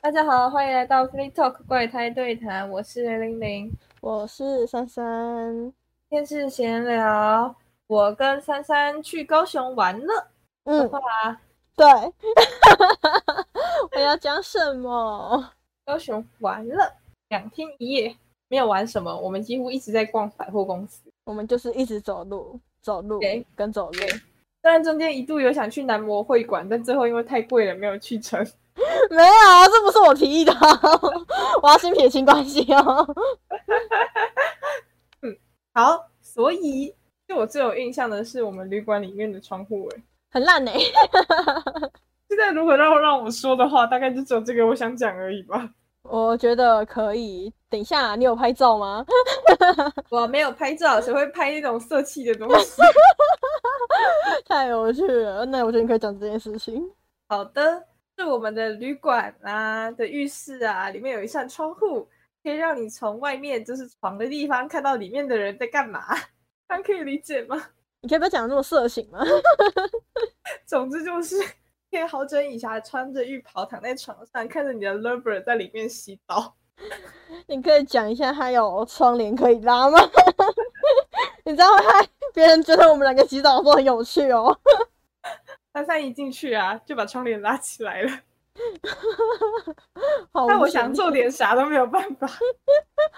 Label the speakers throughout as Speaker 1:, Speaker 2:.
Speaker 1: 大家好，欢迎来到 Free Talk 怪胎对谈，我是零零，
Speaker 2: 我是珊珊。
Speaker 1: 今天是闲聊，我跟珊珊去高雄玩了。
Speaker 2: 嗯，
Speaker 1: 哇，
Speaker 2: 对， 我要讲什么？
Speaker 1: 高雄玩了两天一夜，没有玩什么，我们几乎一直在逛百货公司。
Speaker 2: 我们就是一直走路，走路
Speaker 1: 对
Speaker 2: 跟走路，
Speaker 1: 虽然中间一度有想去男模会馆，但最后因为太贵了，没有去成。
Speaker 2: 没有啊，这不是我提议的哦， 我要先撇清关系哦。
Speaker 1: 好，所以对我最有印象的是我们旅馆里面的窗户、欸。
Speaker 2: 很烂呢、
Speaker 1: 现在如果让让我说的话，大概就只有这个我想讲而已吧。
Speaker 2: 我觉得可以。等一下，你有拍照吗？
Speaker 1: 我没有拍照，谁会拍那种色气的东西？
Speaker 2: 太有趣了，那我觉得你可以讲这件事情。
Speaker 1: 好的，是我们的旅馆啊的浴室啊，里面有一扇窗户，可以让你从外面就是床的地方看到里面的人在干嘛，这样可以理解吗？
Speaker 2: 你可以不要讲得那么色情吗？
Speaker 1: 总之就是，可以好整以暇，穿着浴袍躺在床上，看着你的 lover 在里面洗澡。
Speaker 2: 你可以讲一下它有窗帘可以拉吗？ 你这样会害别人觉得我们两个洗澡都很有趣哦。
Speaker 1: 珊珊一进去啊，就把窗帘拉起来了。
Speaker 2: 好无
Speaker 1: 但我
Speaker 2: 情
Speaker 1: 想做点啥都没有办法。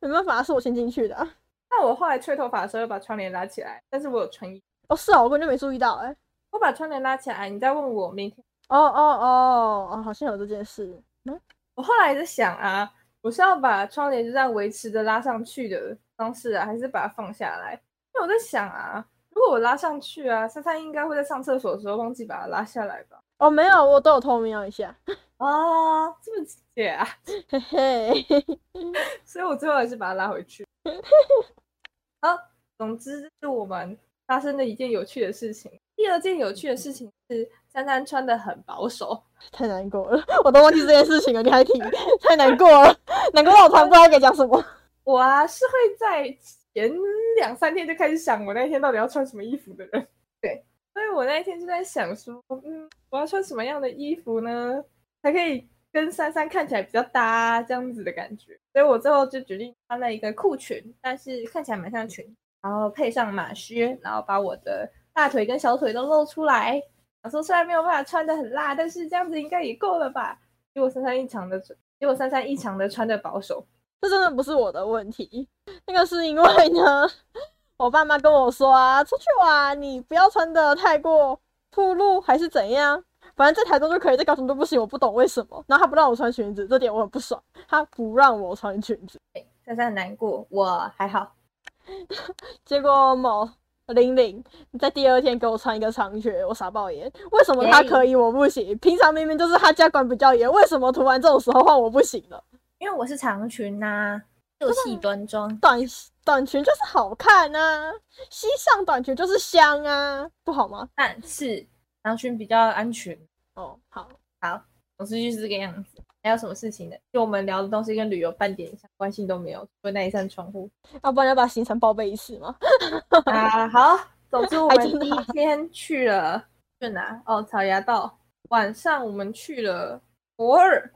Speaker 2: 没办法，是我先进去的啊、
Speaker 1: 但我后来吹头发的时候又把窗帘拉起来，但是我有穿衣服。
Speaker 2: 哦，是哦，我根本就没注意到、哎。
Speaker 1: 我把窗帘拉起来，你再问我明天。
Speaker 2: 哦哦哦，哦，好像有这件事。嗯，
Speaker 1: 我后来在想啊，我是要把窗帘就这样维持着拉上去的方式啊，还是把它放下来？因为我在想啊，如果我拉上去啊，珊珊应该会在上厕所的时候忘记把它拉下来吧？
Speaker 2: 哦，没有，我都有偷瞄一下。
Speaker 1: 啊，这么直接啊！
Speaker 2: 嘿嘿，
Speaker 1: 所以我最后还是把它拉回去。好，总之这是我们发生的一件有趣的事情。第二件有趣的事情是，珊珊穿的很保守，
Speaker 2: 太难过了，我都忘记这件事情了，你还提， 太难过了，难怪我突然不知道该讲什么。
Speaker 1: 我啊是会在前两三天就开始想我那一天到底要穿什么衣服的人。对，所以我那一天就在想说，嗯，我要穿什么样的衣服呢，才可以跟珊珊看起来比较搭啊这样子的感觉。所以我最后就决定穿了一个裤裙，但是看起来蛮像裙，然后配上马靴，然后把我的大腿跟小腿都露出来。想说虽然没有办法穿的很辣，但是这样子应该也够了吧？结果珊珊异常的，结果珊珊异常的穿的保守。
Speaker 2: 这真的不是我的问题，那个是因为呢，我爸妈跟我说啊，出去玩你不要穿的太过暴露还是怎样，反正在台中就可以，在高雄都不行，我不懂为什么。然后他不让我穿裙子，这点我很不爽，他不让我穿裙子。
Speaker 1: 珊珊很难过，我还好。
Speaker 2: 结果某玲玲在第二天给我穿一个长裙，我傻爆眼，为什么他
Speaker 1: 耶
Speaker 2: 可以我不行？平常明明就是他家管比较严，为什么突然这种时候换我不行了？
Speaker 1: 因为我是长裙呐、秀气端庄。
Speaker 2: 短短裙就是好看啊，西上短裙就是香啊，不好吗？
Speaker 1: 但是长裙比较安全。
Speaker 2: 哦，好，
Speaker 1: 总之就是这个样子。还有什么事情呢？就我们聊的东西跟旅游半点相关性都没有，除了那一扇窗 户
Speaker 2: 要不然要把行程报备一次吗？
Speaker 1: 啊。好，总之我
Speaker 2: 还
Speaker 1: 们
Speaker 2: 真的
Speaker 1: 第
Speaker 2: 啊
Speaker 1: 一天去了去哪？哦，草衙道。晚上我们去了博尔，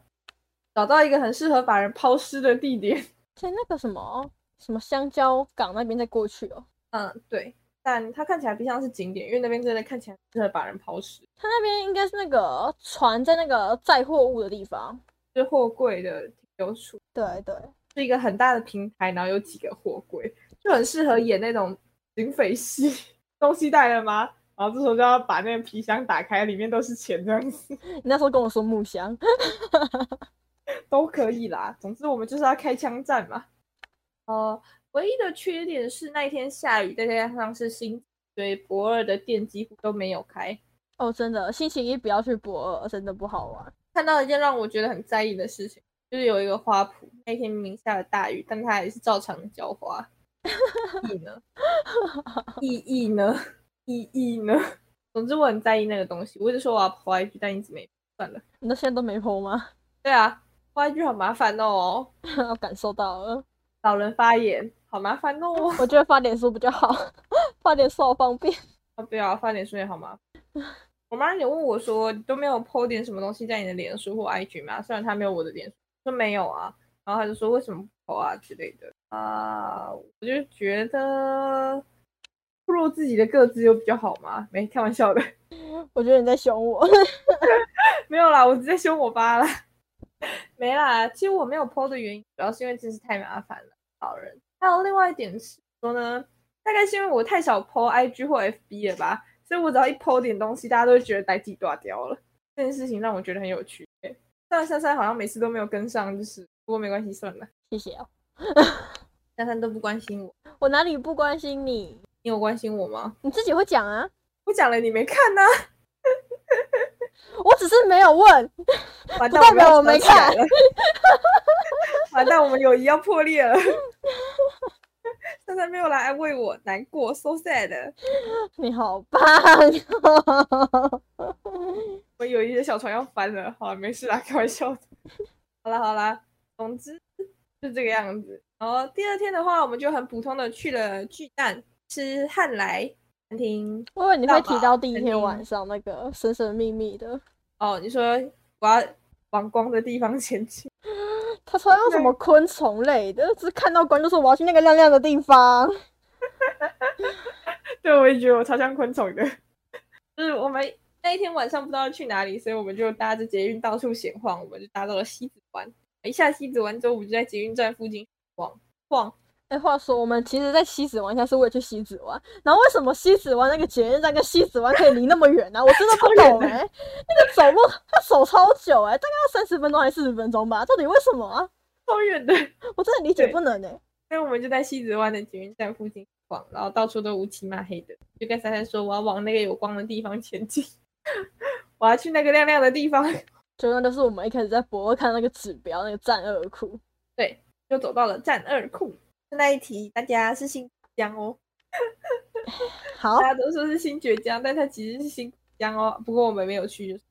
Speaker 1: 找到一个很适合把人抛尸的地点。
Speaker 2: 在那个什么什么香蕉港那边再过去哦，
Speaker 1: 嗯，对，但它看起来不像是景点，因为那边真的看起来很适合把人抛尸。
Speaker 2: 它那边应该是那个船在那个载货物的地方。
Speaker 1: 是货柜的停留处，
Speaker 2: 对对，
Speaker 1: 是一个很大的平台，然后有几个货柜，就很适合演那种警匪戏。东西带了吗？然后这时候就要把那个皮箱打开，里面都是钱，这样子
Speaker 2: 你那时候跟我说木香，
Speaker 1: 都可以啦。总之我们就是要开枪战嘛。呃，唯一的缺点是那一天下雨，再加上是星，所以博二的店几乎都没有开。
Speaker 2: 哦，真的，星期一不要去博尔，真的不好玩。
Speaker 1: 看到一件让我觉得很在意的事情，就是有一个花圃，那天明明下了大雨，但它还是照常浇花。意义呢？意义呢？意义呢？总之我很在意那个东西，我一直说我要抛 IG，但一直没算了。
Speaker 2: 你到现在都没 PO 吗？
Speaker 1: 对啊，抛 IG 好麻烦哦，
Speaker 2: 我感受到了，
Speaker 1: 老人发言好麻烦哦。
Speaker 2: 我觉 得发脸书比较好，发脸书好方便。
Speaker 1: 啊，对啊，发点书也好麻烦。我妈也问我说，你都没有 PO 点什么东西在你的脸书或 IG 吗？虽然她没有我的脸书，我说没有啊，然后她就说为什么不 PO 啊之类的啊，我就觉得暴露自己的个子有比较好嘛，没开玩笑的，
Speaker 2: 我觉得你在凶我，
Speaker 1: 没有啦，我直接凶我爸啦，没啦，其实我没有 PO 的原因，主要是因为真是太麻烦了，老人。还有另外一点是说呢，大概是因为我太少 PO IG 或 FB 了吧，所以我只要一 PO 点东西，大家都会觉得代际断掉了。这件事情让我觉得很有趣、欸。但珊珊好像每次都没有跟上，就是不过没关系，算了，
Speaker 2: 谢谢哦。
Speaker 1: 珊珊都不关心我，
Speaker 2: 我哪里不关心你？
Speaker 1: 你有关心我吗？
Speaker 2: 你自己会讲啊，
Speaker 1: 我讲了你没看呢、
Speaker 2: 我只是没有问。
Speaker 1: 完
Speaker 2: 不
Speaker 1: 蛋，我
Speaker 2: 代
Speaker 1: 们
Speaker 2: 表
Speaker 1: 要
Speaker 2: 我没
Speaker 1: 吵起来
Speaker 2: 看
Speaker 1: 了， 完蛋，我们友谊要破裂了。 珊珊没有来安慰我，难过，so sad。
Speaker 2: 你好棒哦！
Speaker 1: 我友谊的小船要翻了。好了，没事啦，开玩笑的。好啦好啦，总之就这个样子。然后第二天的话，我们就很普通的去了巨蛋吃汉来餐厅。
Speaker 2: 我以为你会
Speaker 1: 大宝
Speaker 2: 提到第一
Speaker 1: 肯
Speaker 2: 天
Speaker 1: 定
Speaker 2: 晚上那个神神秘秘的，
Speaker 1: 哦，你说我要往光的地方前进，
Speaker 2: 他说要什么昆虫类的，只是看到光就说我要去那个亮亮的地方。
Speaker 1: 对我也觉得我超像昆虫的。 就是我们那一天晚上不知道去哪里，所以我们就搭着捷运到处闲晃，我们就搭到了西子湾。一下西子湾之后，我们就在捷运站附近晃晃。
Speaker 2: 哎、话说我们其实，在西子湾下是为了去西子湾，然后为什么西子湾那个捷运站跟西子湾可以离那么远呢、我真的不
Speaker 1: 超远
Speaker 2: 懂
Speaker 1: 的
Speaker 2: 哎、那个走路要走超久哎、大概要三十分钟还是四十分钟吧？到底为什么啊？
Speaker 1: 超远的，
Speaker 2: 我真的理解
Speaker 1: 对
Speaker 2: 不能哎、
Speaker 1: 所以我们就在西子湾的捷运站附近逛，然后到处都乌漆嘛黑的。就跟珊珊说，我要往那个有光的地方前进， 我要去那个亮亮的地方。
Speaker 2: 就那就是我们一开始在博二看那个指标，那个战二库。
Speaker 1: 就走到了站二库。那一题大家是新疆哦，
Speaker 2: 好
Speaker 1: 大，家都说是新崛江，但它其实是新疆哦。不过我们没有去，就是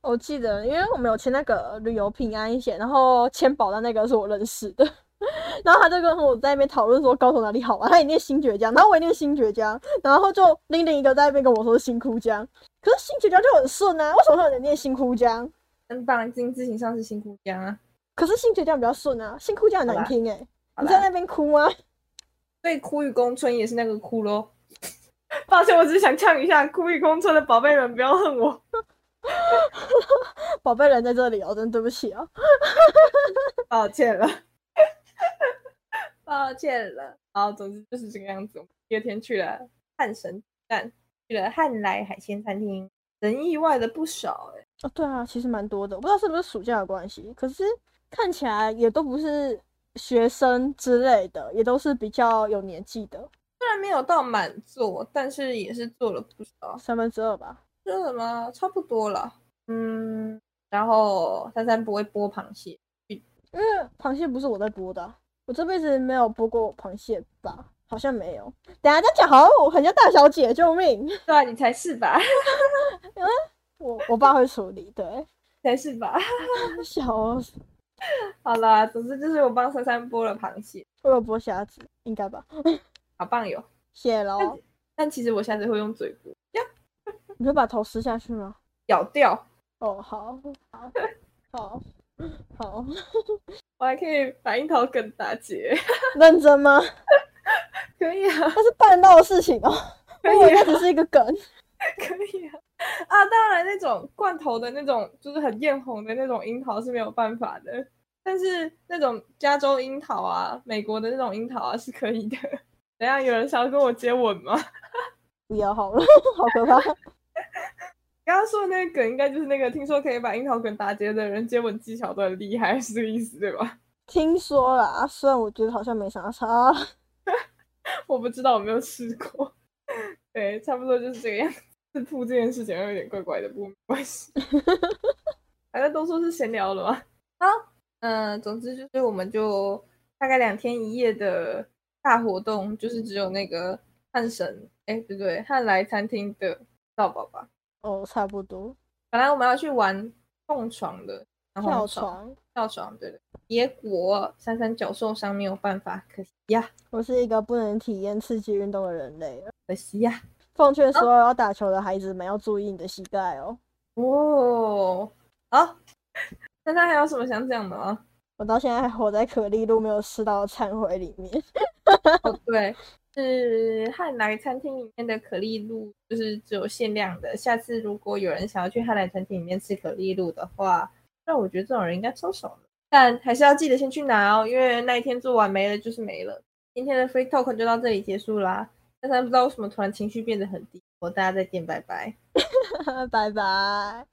Speaker 2: 我记得，因为我们有签那个旅游平安险，然后签保单那个是我认识的， 然后他就跟我在那边讨论说高雄哪里好玩，他也念新爵江，然后我也念新爵江，然后就另另一个在那边跟我说是新窟江，可是新爵江就很顺啊，为什么会有人念新窟江？
Speaker 1: 很棒，金字形上是新姑江啊。
Speaker 2: 可是新爵江比较顺啊，新窟江很
Speaker 1: 好
Speaker 2: 难
Speaker 1: 吧
Speaker 2: 听哎、
Speaker 1: 好
Speaker 2: 你在
Speaker 1: 啦，
Speaker 2: 那边哭吗？
Speaker 1: 所以枯与宫村也是那个枯喽。 抱歉，我只是想呛一下枯与宫村的宝贝们，不要恨我。
Speaker 2: 宝贝人在这里哦，真对不起哦。
Speaker 1: 抱歉了，抱歉了。好，总之就是这个样子。我们第二天去了汉神站，去了汉来海鲜餐厅，人意外的不少哎、
Speaker 2: 哦，对啊，其实蛮多的，我不知道是不是暑假的关系，可是看起来也都不是学生之类的，也都是比较有年纪的，
Speaker 1: 虽然没有到满座，但是也是做了不少，
Speaker 2: 三分之二吧。
Speaker 1: 做了吗？差不多了。嗯，然后珊珊不会剥螃蟹，
Speaker 2: 因为螃蟹不是我在剥的啊，我这辈子没有剥过螃蟹吧？好像没有。等一下再讲，好像我很像大小姐，救命！
Speaker 1: 对啊，你才是吧，
Speaker 2: 我我爸会处理，对，
Speaker 1: 才是吧。
Speaker 2: 小死
Speaker 1: 好啦，总之就是我帮珊珊剥了螃蟹，
Speaker 2: 我有剥虾子，应该吧？
Speaker 1: 好棒哟。
Speaker 2: 谢喽。
Speaker 1: 但其实我下次会用嘴剥，
Speaker 2: 你会把头撕下去吗？
Speaker 1: 咬掉。
Speaker 2: 哦，好，好，好，好，
Speaker 1: 我还可以把樱桃梗打结，
Speaker 2: 认真吗？
Speaker 1: 可以啊，
Speaker 2: 那是办得到的事情哦。
Speaker 1: 可
Speaker 2: 我以为
Speaker 1: 以
Speaker 2: 那
Speaker 1: 啊，
Speaker 2: 只是一个梗。
Speaker 1: 可以啊！啊，当然那种罐头的那种，就是很艳红的那种樱桃是没有办法的，但是那种加州樱桃啊、美国的那种樱桃啊是可以的。 怎样？有人想要跟我接吻吗？
Speaker 2: 不要好了， 好可怕。
Speaker 1: 刚刚说的那个梗，应该就是那个听说可以把樱桃梗打结的人接吻技巧都很厉害，是这个意思对吧？
Speaker 2: 听说啦，虽然我觉得好像没啥差。
Speaker 1: 我不知道，我没有试过。 对，差不多就是这个样子。自曝这件事情有点怪怪的，不过没关 系。反正都说是闲聊了嘛。好，嗯、总之就是我们就大概两天一夜的大活动，就是只有那个汉神，哎，不对，汉来餐厅的到宝吧。
Speaker 2: 哦，差不多。
Speaker 1: 本来我们要去玩蹦床的，然后
Speaker 2: 跳，床，
Speaker 1: 跳床，对的。结果珊珊脚受伤没有办法，可惜呀，
Speaker 2: 我是一个不能体验刺激运动的人类了。
Speaker 1: 可惜呀。
Speaker 2: 奉劝所有要打球的孩子们要注意你的膝盖哦。
Speaker 1: 哦，好，大家还有什么想讲的吗？
Speaker 2: 我到现在还活在可丽露没有吃到的忏悔里面。
Speaker 1: 哦，对，是汉来餐厅里面的可丽露，就是只有限量的。下次如果有人想要去汉来餐厅里面吃可丽露的话，那我觉得这种人应该超少的，但还是要记得先去拿哦，因为那一天做完没了就是没了。今天的 free talk 就到这里结束啦。但是不知道为什么突然情绪变得很低，我大家再见，拜拜。
Speaker 2: 拜拜。